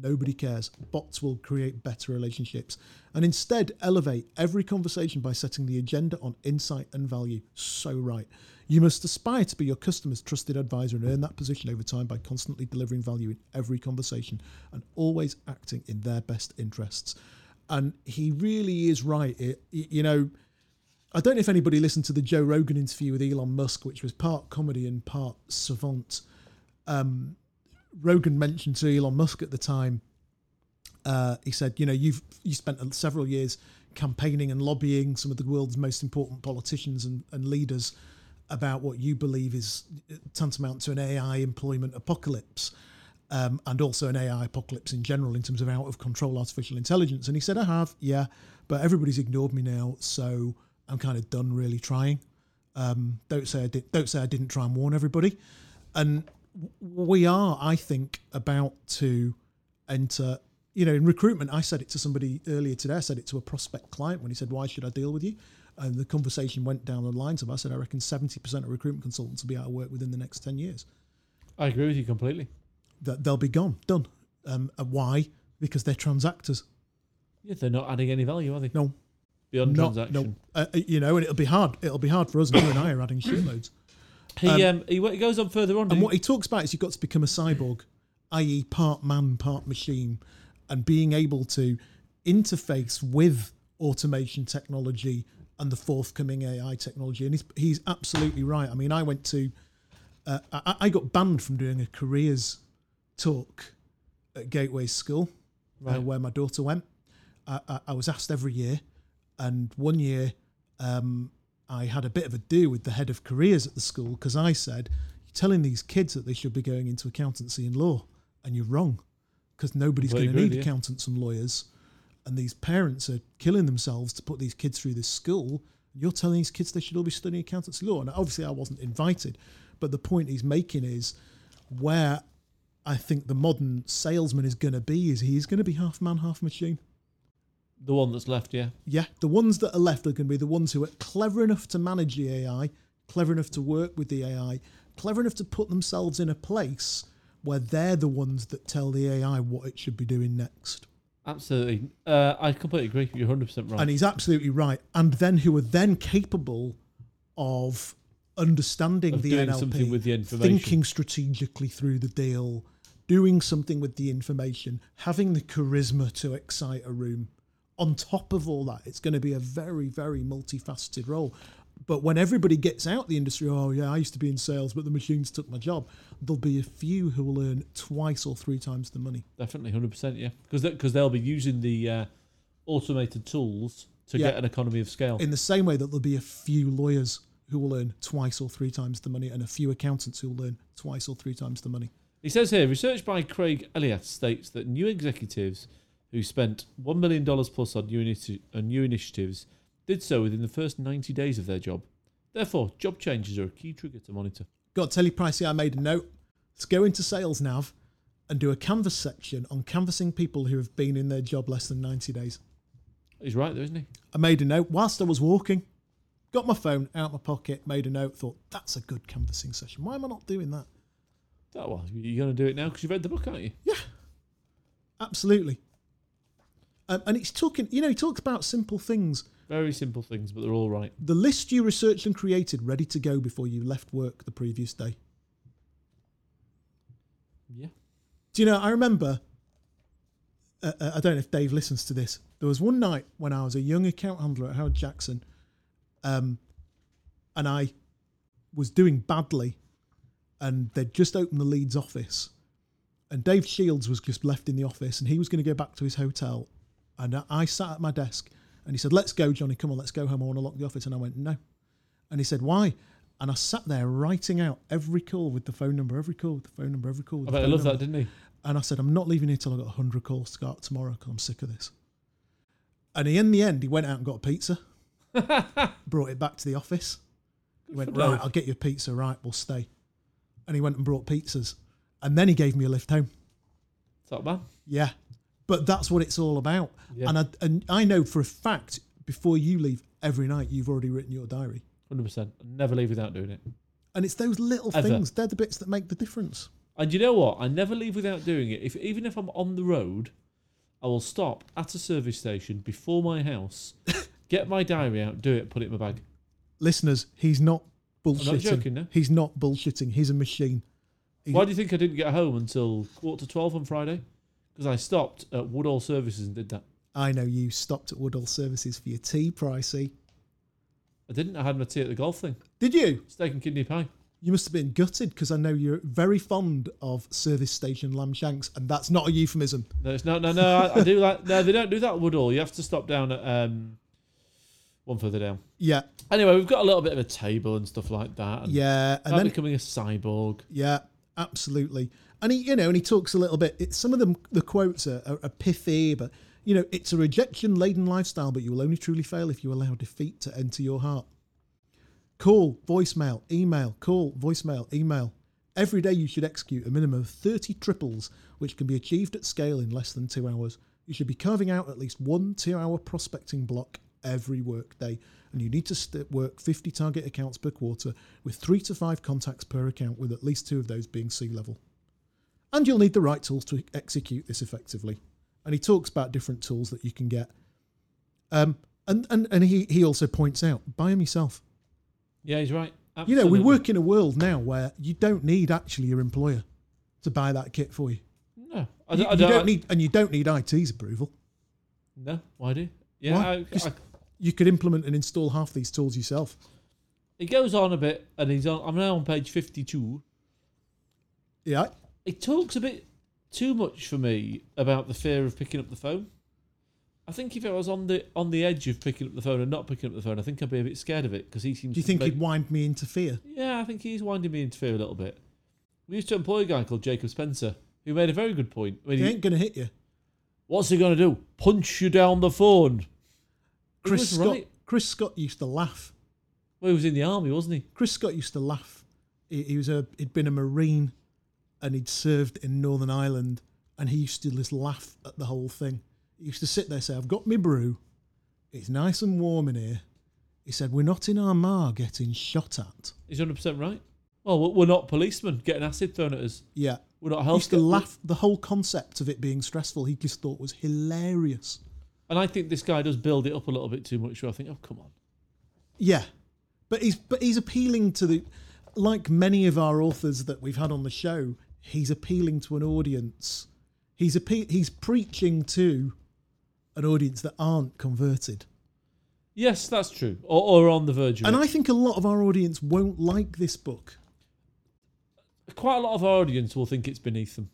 Nobody cares. Bots will create better relationships. And instead, elevate every conversation by setting the agenda on insight and value. So right. You must aspire to be your customer's trusted advisor and earn that position over time by constantly delivering value in every conversation and always acting in their best interests and he really is right. It, y- you know, I don't know if anybody listened to the Joe Rogan interview with Elon Musk, which was part comedy and part savant. Um, Rogan mentioned to Elon Musk at the time, uh, he said, "You know, you've you spent several years campaigning and lobbying some of the world's most important politicians and, and leaders about what you believe is tantamount to an AI employment apocalypse." um, and also an AI apocalypse in general in terms of out of control artificial intelligence. And he said, I have, yeah, but everybody's ignored me now, so I'm kind of done really trying. Um, don't say I did. Don't say I didn't try and warn everybody. And w- we are, I think, about to enter. You know, in recruitment, I said it to somebody earlier today. I said it to a prospect client when he said, "Why should I deal with you?" And the conversation went down the lines of, "I said I reckon seventy percent of recruitment consultants will be out of work within the next ten years." I agree with you completely. that they'll be gone, done. Um, and why? Because they're transactors. Yeah, they're not adding any value, are they? No, Beyond not transaction. no. Uh, uh, you know, and it'll be hard. It'll be hard for us. And you and I are adding shitloads. He um, he, he goes on further on. And doesn't what he talks about is you've got to become a cyborg, i.e., part man, part machine, and being able to interface with automation technology and the forthcoming AI technology. And he's, he's absolutely right. I mean, I went to, uh, I, I got banned from doing a careers talk at Gateway School, uh, Right. where my daughter went. I, I, I was asked every year, and one year um, I had a bit of a do with the head of careers at the school because I said, You're telling these kids that they should be going into accountancy and law, and you're wrong because nobody's Completely going to agree need with you. accountants and lawyers. And these parents are killing themselves to put these kids through this school. You're telling these kids they should all be studying accountancy law. And obviously, I wasn't invited. But the point he's making is where I think the modern salesman is going to be is he's going to be half man, half machine. he? The one that's left, yeah. Yeah, the ones that are left are going to be the ones who are clever enough to manage the AI, clever enough to work with the AI, clever enough to put themselves in a place where they're the ones that tell the AI what it should be doing next. Absolutely. Uh, I completely agree. You're 100% right. And he's absolutely right. And then who are then capable of understanding Of the doing NLP, something with the information. thinking strategically through the deal, doing something with the information, having the charisma to excite a room. On top of all that, it's going to be a very, very multifaceted role. But when everybody gets out the industry, oh yeah, I used to be in sales, but the machines took my job. There'll be a few who will earn twice or three times the money. Definitely, hundred percent, yeah. Because because they'll be using the uh, automated tools to Yeah. get an economy of scale. In the same way that there'll be a few lawyers who will earn twice or three times the money, and a few accountants who will earn twice or three times the money. He says here, research by Craig Elliott states that new executives who spent $1 million plus on new, initi- on new initiatives did so within the first 90 days of their job. Therefore, job changes are a key trigger to monitor. God, tell you, Pricey, I made a note. Let's go into sales nav and do a canvas section on canvassing people who have been in their job less than 90 days. He's right there, isn't he? I made a note whilst I was walking, got my phone out my pocket, made a note, thought, that's a good canvassing session. Why am I not doing that? Oh, well, you're going to do it now because you've read the book, aren't you? Absolutely. Um, and it's talking, you know, he talks about simple things. Very simple things, but they're all right. The list you researched and created ready to go before you left work the previous day. Yeah. Do you know? I remember. Uh, uh, I don't know if Dave listens to this. There was one night when I was a young account handler at Howard Jackson, um, and I was doing badly, and they'd just opened the Leeds office, and Dave Shields was just left in the office, and he was going to go back to his hotel, and I- I sat at my desk, and he said, "Let's go, Johnny. Come on, let's go home. I want to lock the office." And I went, "No." And he said, "Why?" And I sat there writing out every call with the phone number, every call with the phone number, every call. With I the bet I phone love number. that, didn't he? And I said, I'm not leaving here till I got 100 calls to go out tomorrow because I'm sick of this. And he, in the end, he went out and got a pizza, brought it back to the office. He went, for Right, Dave. I'll get you a pizza. Right, we'll stay. And he went and brought pizzas. And then he gave me a lift home. Top man. Yeah. But that's what it's all about. Yeah. And, I, and I know for a fact, before you leave every night, you've already written your diary. 100%. Never leave without doing it. And it's those little Ever. things, they're the bits that make the difference. And you know what? I never leave without doing it. If even if I'm on the road, I will stop at a service station before my house, get my diary out, do it, put it in my bag. Listeners, he's not bullshitting. joking, no. He's not bullshitting. He's a machine. Why do you think I didn't get home until quarter to twelve on Friday? Because I stopped at Woodall Services and did that. I know you stopped at Woodall Services for your tea, Pricey. I didn't. I had my tea at the golf thing, Did you? steak and kidney pie. You must have been gutted because I know you're very fond of service station lamb shanks, and that's not a euphemism. No, it's not. No, no. I, I do that. No, they don't do that at Woodall. You have to stop down at um, one further down. Yeah, Anyway, we've got a little bit of a table and stuff like that. And yeah, and I'm then becoming a cyborg. yeah, absolutely. And he, you know, and he talks a little bit. It's some of them, the quotes are, are, are pithy, but you know, it's a rejection-laden lifestyle, but you will only truly fail if you allow defeat to enter your heart. Call, voicemail, email, call, voicemail, email. Every day you should execute a minimum of 30 triples, which can be achieved at scale in less than two hours. You should be carving out at least one two hour prospecting block every workday, and you need to st- work 50 target accounts per quarter with three to five contacts per account, with at least two of those being C level. And you'll need the right tools to execute this effectively. And he talks about different tools that you can get. Um, and and, and he, he also points out buy them yourself. Yeah, he's right. You know, we Absolutely. work in a world now where you don't need actually your employer to buy that kit for you. No, I, You, don't- I you don't, don't need, and you don't need IT's approval. No, why do? Yeah, Why? I, Just- I, You could implement and install half these tools yourself. he goes on a bit, and he's on. I'm now on page fifty-two. Yeah, It talks a bit too much for me about the fear of picking up the phone. I think if I was on the on the edge of picking up the phone and not picking up the phone, I think I'd be a bit scared of it because he seems. do you to think make- he'd wind me into fear? Yeah, I think he's winding me into fear a little bit. We used to employ a guy called Jacob Spencer who made a very good point. When He he, ain't gonna hit you. What's he going to do? Punch you down the phone? He Chris was Scott. right. Chris Scott used to laugh. Well, he was in the army, wasn't he? Chris Scott used to laugh. He, he was a he'd been a marine, and he'd served in Northern Ireland, and he used to just laugh at the whole thing. He used to sit there and say, "I've got me brew, it's nice and warm in here." He said, "We're not in Armagh getting shot at." He's hundred percent right. Well, we're- we're not policemen getting acid thrown at us. Yeah, We're not he used to healthcare. laugh. The whole concept of it being stressful, he just thought was hilarious. And I think this guy does build it up a little bit too much. Where I think, oh come on, Yeah, but he's but he's appealing to the like many of our authors that we've had on the show. He's appealing to an audience. He's appe- he's preaching to an audience that aren't converted. Yes, that's true. Or, or on the verge of And it. I think a lot of our audience won't like this book. Quite a lot of our audience will think it's beneath them,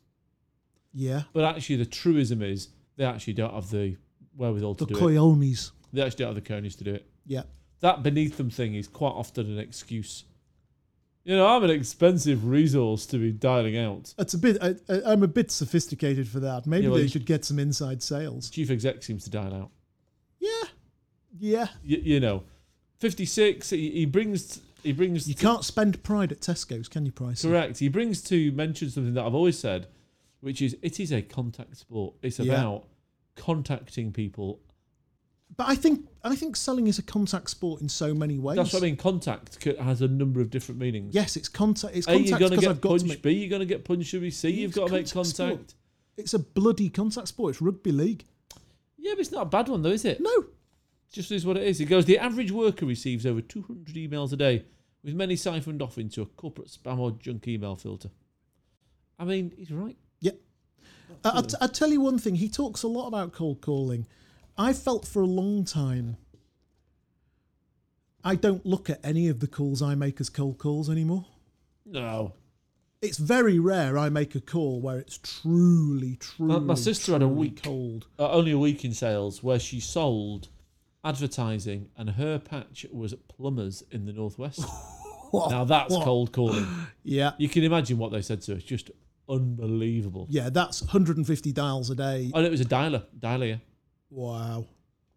Yeah. but actually the truism is they actually don't have the wherewithal to The do it. Coyones. They actually don't have the cojones to do it. Yeah. That beneath them thing is quite often an excuse. You know, I'm an expensive resource to be dialing out. It's a bit. I, I- I'm a bit sophisticated for that. Maybe Yeah, well, they you- should get some inside sales. Chief exec seems to dial out. Yeah, yeah. Y- you know, 56. He, he brings he brings You can't spend pride at Tesco's, can you, Price? Correct. He brings to mention something that I've always said, which is it is a contact sport. It's Yeah. about contacting people. But I think I think selling is a contact sport in so many ways. That's what I mean. Contact c- has a number of different meanings. Yes, it's contact. It's A, you're contact going to because get I've got punched. to make. B, you're going to get punched. Should we C, you've It's got to make contact sport. contact. It's a bloody contact sport. It's rugby league. Yeah, but it's not a bad one, though, is it? No, Just is what it is. It goes, the average worker receives over 200 emails a day, with many siphoned off into a corporate spam or junk email filter. I mean, he's right. I- Uh, I'll, t- I'll tell you one thing. He talks a lot about cold calling. I felt for a long time. I don't look at any of the calls I make as cold calls anymore. No. It's very rare I make a call where it's truly, truly. My, my sister had a truly week cold. uh, only a week in sales where she sold advertising and her patch was plumbers in the northwest now that's What? cold calling Yeah, you can imagine what they said to her it's just unbelievable yeah. That's 150 dials a day. and it was a dialer dialer yeah. Wow.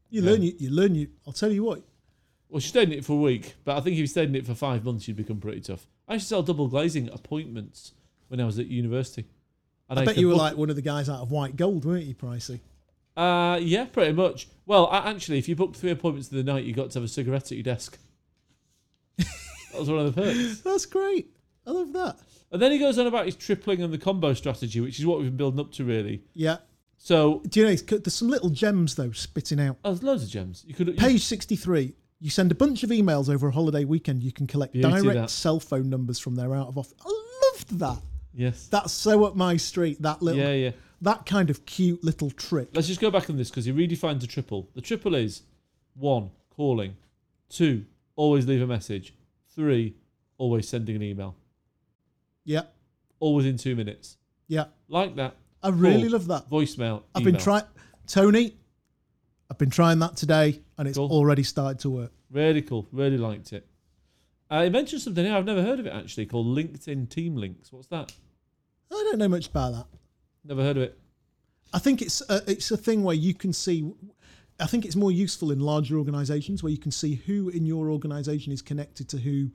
You learn. You, you learn. You. I'll tell you what. well she stayed in it for a week but i think if you stayed in it for five months you'd become pretty tough i used to sell double glazing appointments when i was at university and I bet could you were book- like one of the guys out of White Gold, weren't you, Pricey? uh yeah pretty much well I, actually if you booked three appointments in the night you got to have a cigarette at your desk that was one of the perks That's great. I love that. And then he goes on about his tripling and the combo strategy, which is what we've been building up to really. Yeah. So Do you know? it's co- There's some little gems though spitting out. oh, there's loads of gems. You could you- Page 63. You send a bunch of emails over a holiday weekend. You can collect Beauty, direct that. cell phone numbers from their out of office. I loved that. yes, That's so up my street. That little, yeah, yeah. that kind of cute little trick. Let's just go back on this because he redefines a triple. The triple is one calling, two always leave a message, three always sending an email, Yeah, always in two minutes. yeah. Like that. I really Cool. love that. Voicemail. I've email. been trying, Tony. I've been trying that today, and it's Cool. already started to work. Really cool. Really liked it. Uh, he mentioned something here. I've never heard of it actually called LinkedIn Team Links. What's that? I don't know much about that. Never heard of it. I think it's a, it's a thing where you can see. I think it's more useful in larger organisations where you can see who in your organisation is connected to who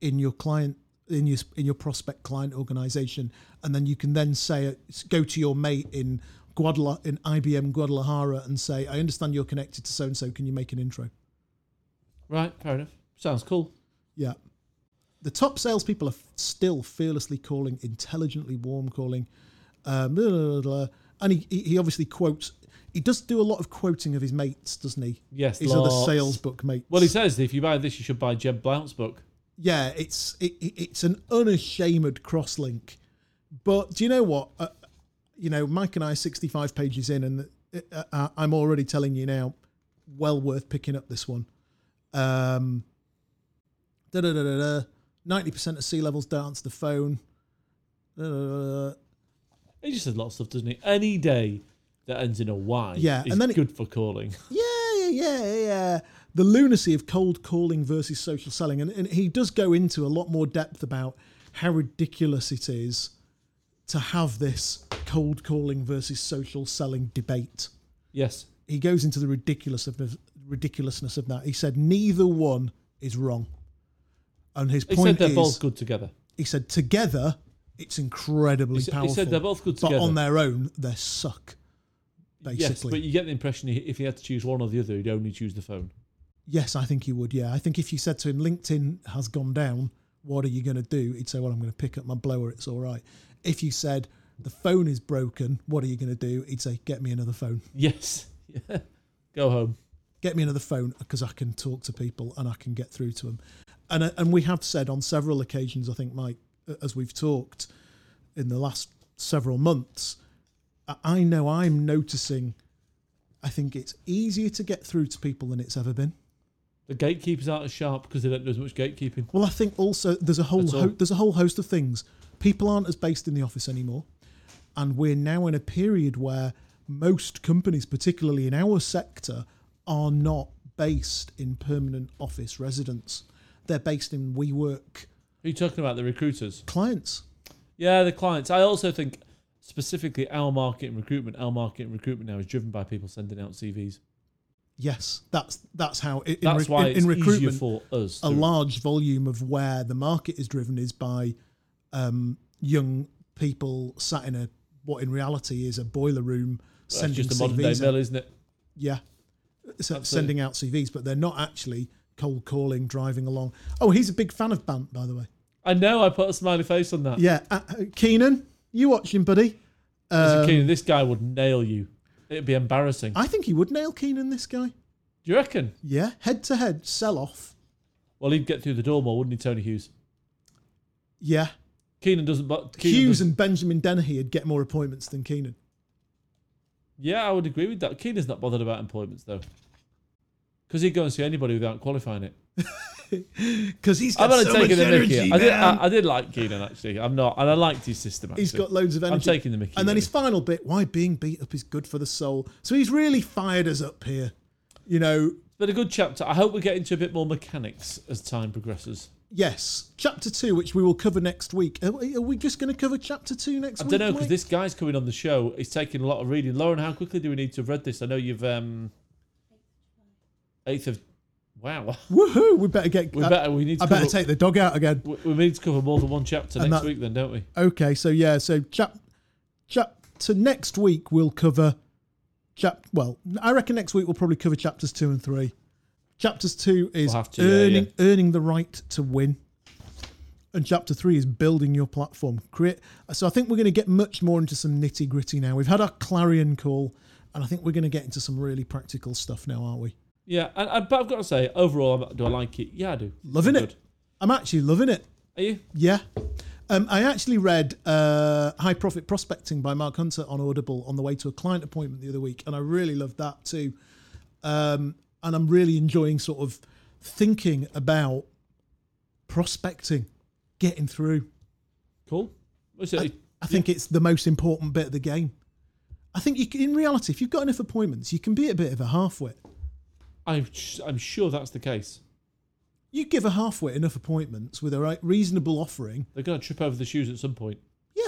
in your client in your in your prospect client organisation, and then you can then say go to your mate in Guadala in IBM Guadalajara and say, I understand you're connected to so and so. Can you make an intro? Right. Fair enough. Sounds cool. Yeah. The top salespeople are f- still fearlessly calling, intelligently warm calling. Um, blah, blah, blah, blah. And he, he, he obviously quotes, he does do a lot of quoting of his mates, doesn't he? Yes, His lots. other sales book mates. Well, he says if you buy this, you should buy Jeb Blount's book. yeah, it's it, it- it's an unashamed cross link. But do you know what? Uh, you know, Mike and I, are 65 pages in, and uh, uh, I'm already telling you now, well worth picking up this one. Um, da da da da da. 90% of sea levels don't answer the phone. Da, da, da, da. He just says lots of stuff, doesn't he? Any day that ends in a Y Yeah, is and then it- good for calling. Yeah, yeah, yeah, yeah, yeah. The lunacy of cold calling versus social selling. And, and he does go into a lot more depth about how ridiculous it is to have this cold calling versus social selling debate. yes. He goes into the ridiculous of, ridiculousness of that. He said, neither one is wrong. And his He point said they're is, both good together. he said, together, it's incredibly He said- powerful. he said they're both good but together. on their own, they suck, basically. Yes, but you get the impression he- if he had to choose one or the other, he'd only choose the phone. Yes, I think he would. Yeah, I think if you said to him, LinkedIn has gone down, what are you going to do? He'd say, Well, I'm going to pick up my blower. It's all right. If you said, The phone is broken, what are you going to do? He'd say, Get me another phone. Yes. Yeah. Go home. Get me another phone because I can talk to people and I can get through to them. And, uh, and we have said on several occasions, I think, Mike, as we've talked in the last several months, I- I know I'm noticing, I think it's easier to get through to people than it's ever been. The gatekeepers aren't as sharp because they don't do as much gatekeeping. Well, I think also there's a whole That's all. ho- there's a whole host of things. People aren't as based in the office anymore, and we're now in a period where most companies, particularly in our sector, are not based in permanent office residence. They're based in WeWork Who are you talking about? The recruiters? clients. Yeah, the clients. I also think specifically our market and recruitment, our market and recruitment now is driven by people sending out CVs. Yes, that's that's how in, That's in, re- why in, it's in easier recruitment for us. a to- large volume of where the market is driven is by um, young people sat in a what in reality is a boiler room That's sending just a modern day CVs. in. mill, isn't it? Yeah, S- sending out CVs, but they're not actually cold calling, driving along. Oh, he's a big fan of Bant, by the way. I know. I put a smiley face on that. Yeah, uh, uh, Keenan, you watching, buddy? As a Um, kid, this guy would nail you. It'd be embarrassing. I think he would nail Keenan. This guy. Do you reckon? Yeah, head to head, sell off. Well, he'd get through the door more, wouldn't he, Tony Hughes? Yeah, Keenan doesn't. But Keenan Hughes doesn't- and Benjamin Dennehy would get more appointments than Keenan. yeah, I would agree with that. Keenan's not bothered about employments though, because he'd go and see anybody without qualifying it. Because he's I'm got gonna so take much it the mickey. energy, I did, man. I, I did like Keenan actually. I'm not, and I liked his system. Actually. He's got loads of energy. I'm taking the mickey. And then really. his final bit: why being beat up is good for the soul. So he's really fired us up here. You know, It's been a good chapter. I hope we get into a bit more mechanics as time progresses. Yes, chapter two, which we will cover next week. Are we, are we just going to cover chapter two next I week? don't know because Mike? this guy's coming on the show. He's taking a lot of reading. Lauren, how quickly do we need to have read this? I know you've um, eighth of. Wow, Woohoo! We better get. we I- better. We need to. I better cover, take the dog out again. we- we need to cover more than one chapter next that- week, then, don't we? Okay, so yeah, so chap, chapter next week we'll cover chap. Well, I reckon next week we'll probably cover chapters two and three. Chapters two is We'll have to, yeah, earning earning the right to win, and chapter three is building your platform. Create. So I think we're going to get much more into some nitty gritty now. We've had our clarion call, and I think we're going to get into some really practical stuff now, aren't we? Yeah, and, and but I've got to say, overall, I'm- do I like it? Yeah, I do. Loving It's it. I'm actually loving it. Good. Are you? Yeah. Um, I actually read uh, High Profit Prospecting by Mark Hunter on Audible on the way to a client appointment the other week, and I really loved that too. Um, and I'm really enjoying sort of thinking about prospecting, getting through. Cool. What's it? I think it's the most important bit of the game. I think you can, in reality, if you've got enough appointments, you can be a bit of a halfwit. I'm, sh- I'm sure that's the case. You give a halfwit enough appointments with a right, reasonable offering. They're going to trip over the shoes at some point. Yeah,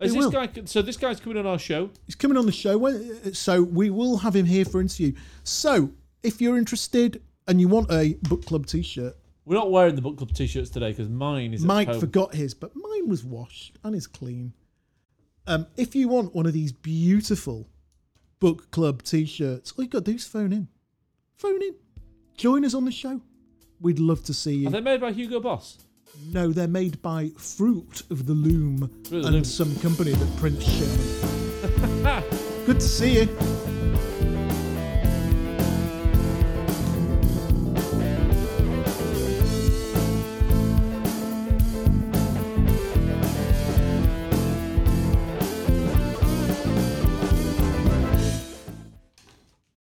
Is They this will. guy? So this guy's coming on our show. he's coming on the show, when- so we will have him here for interview. So if you're interested and you want a book club T-shirt, We're not wearing the book club t-shirts today because mine is Mike at home. forgot his, but mine was washed and is clean. Um, if you want one of these beautiful book club T-shirts, all you got to do is phone in, phone in, join us on the show. We'd love to see you. Are they made by Hugo Boss? no, they're made by Fruit of the Loom Fruit of the and Loom. some company that prints shit. Good to see you.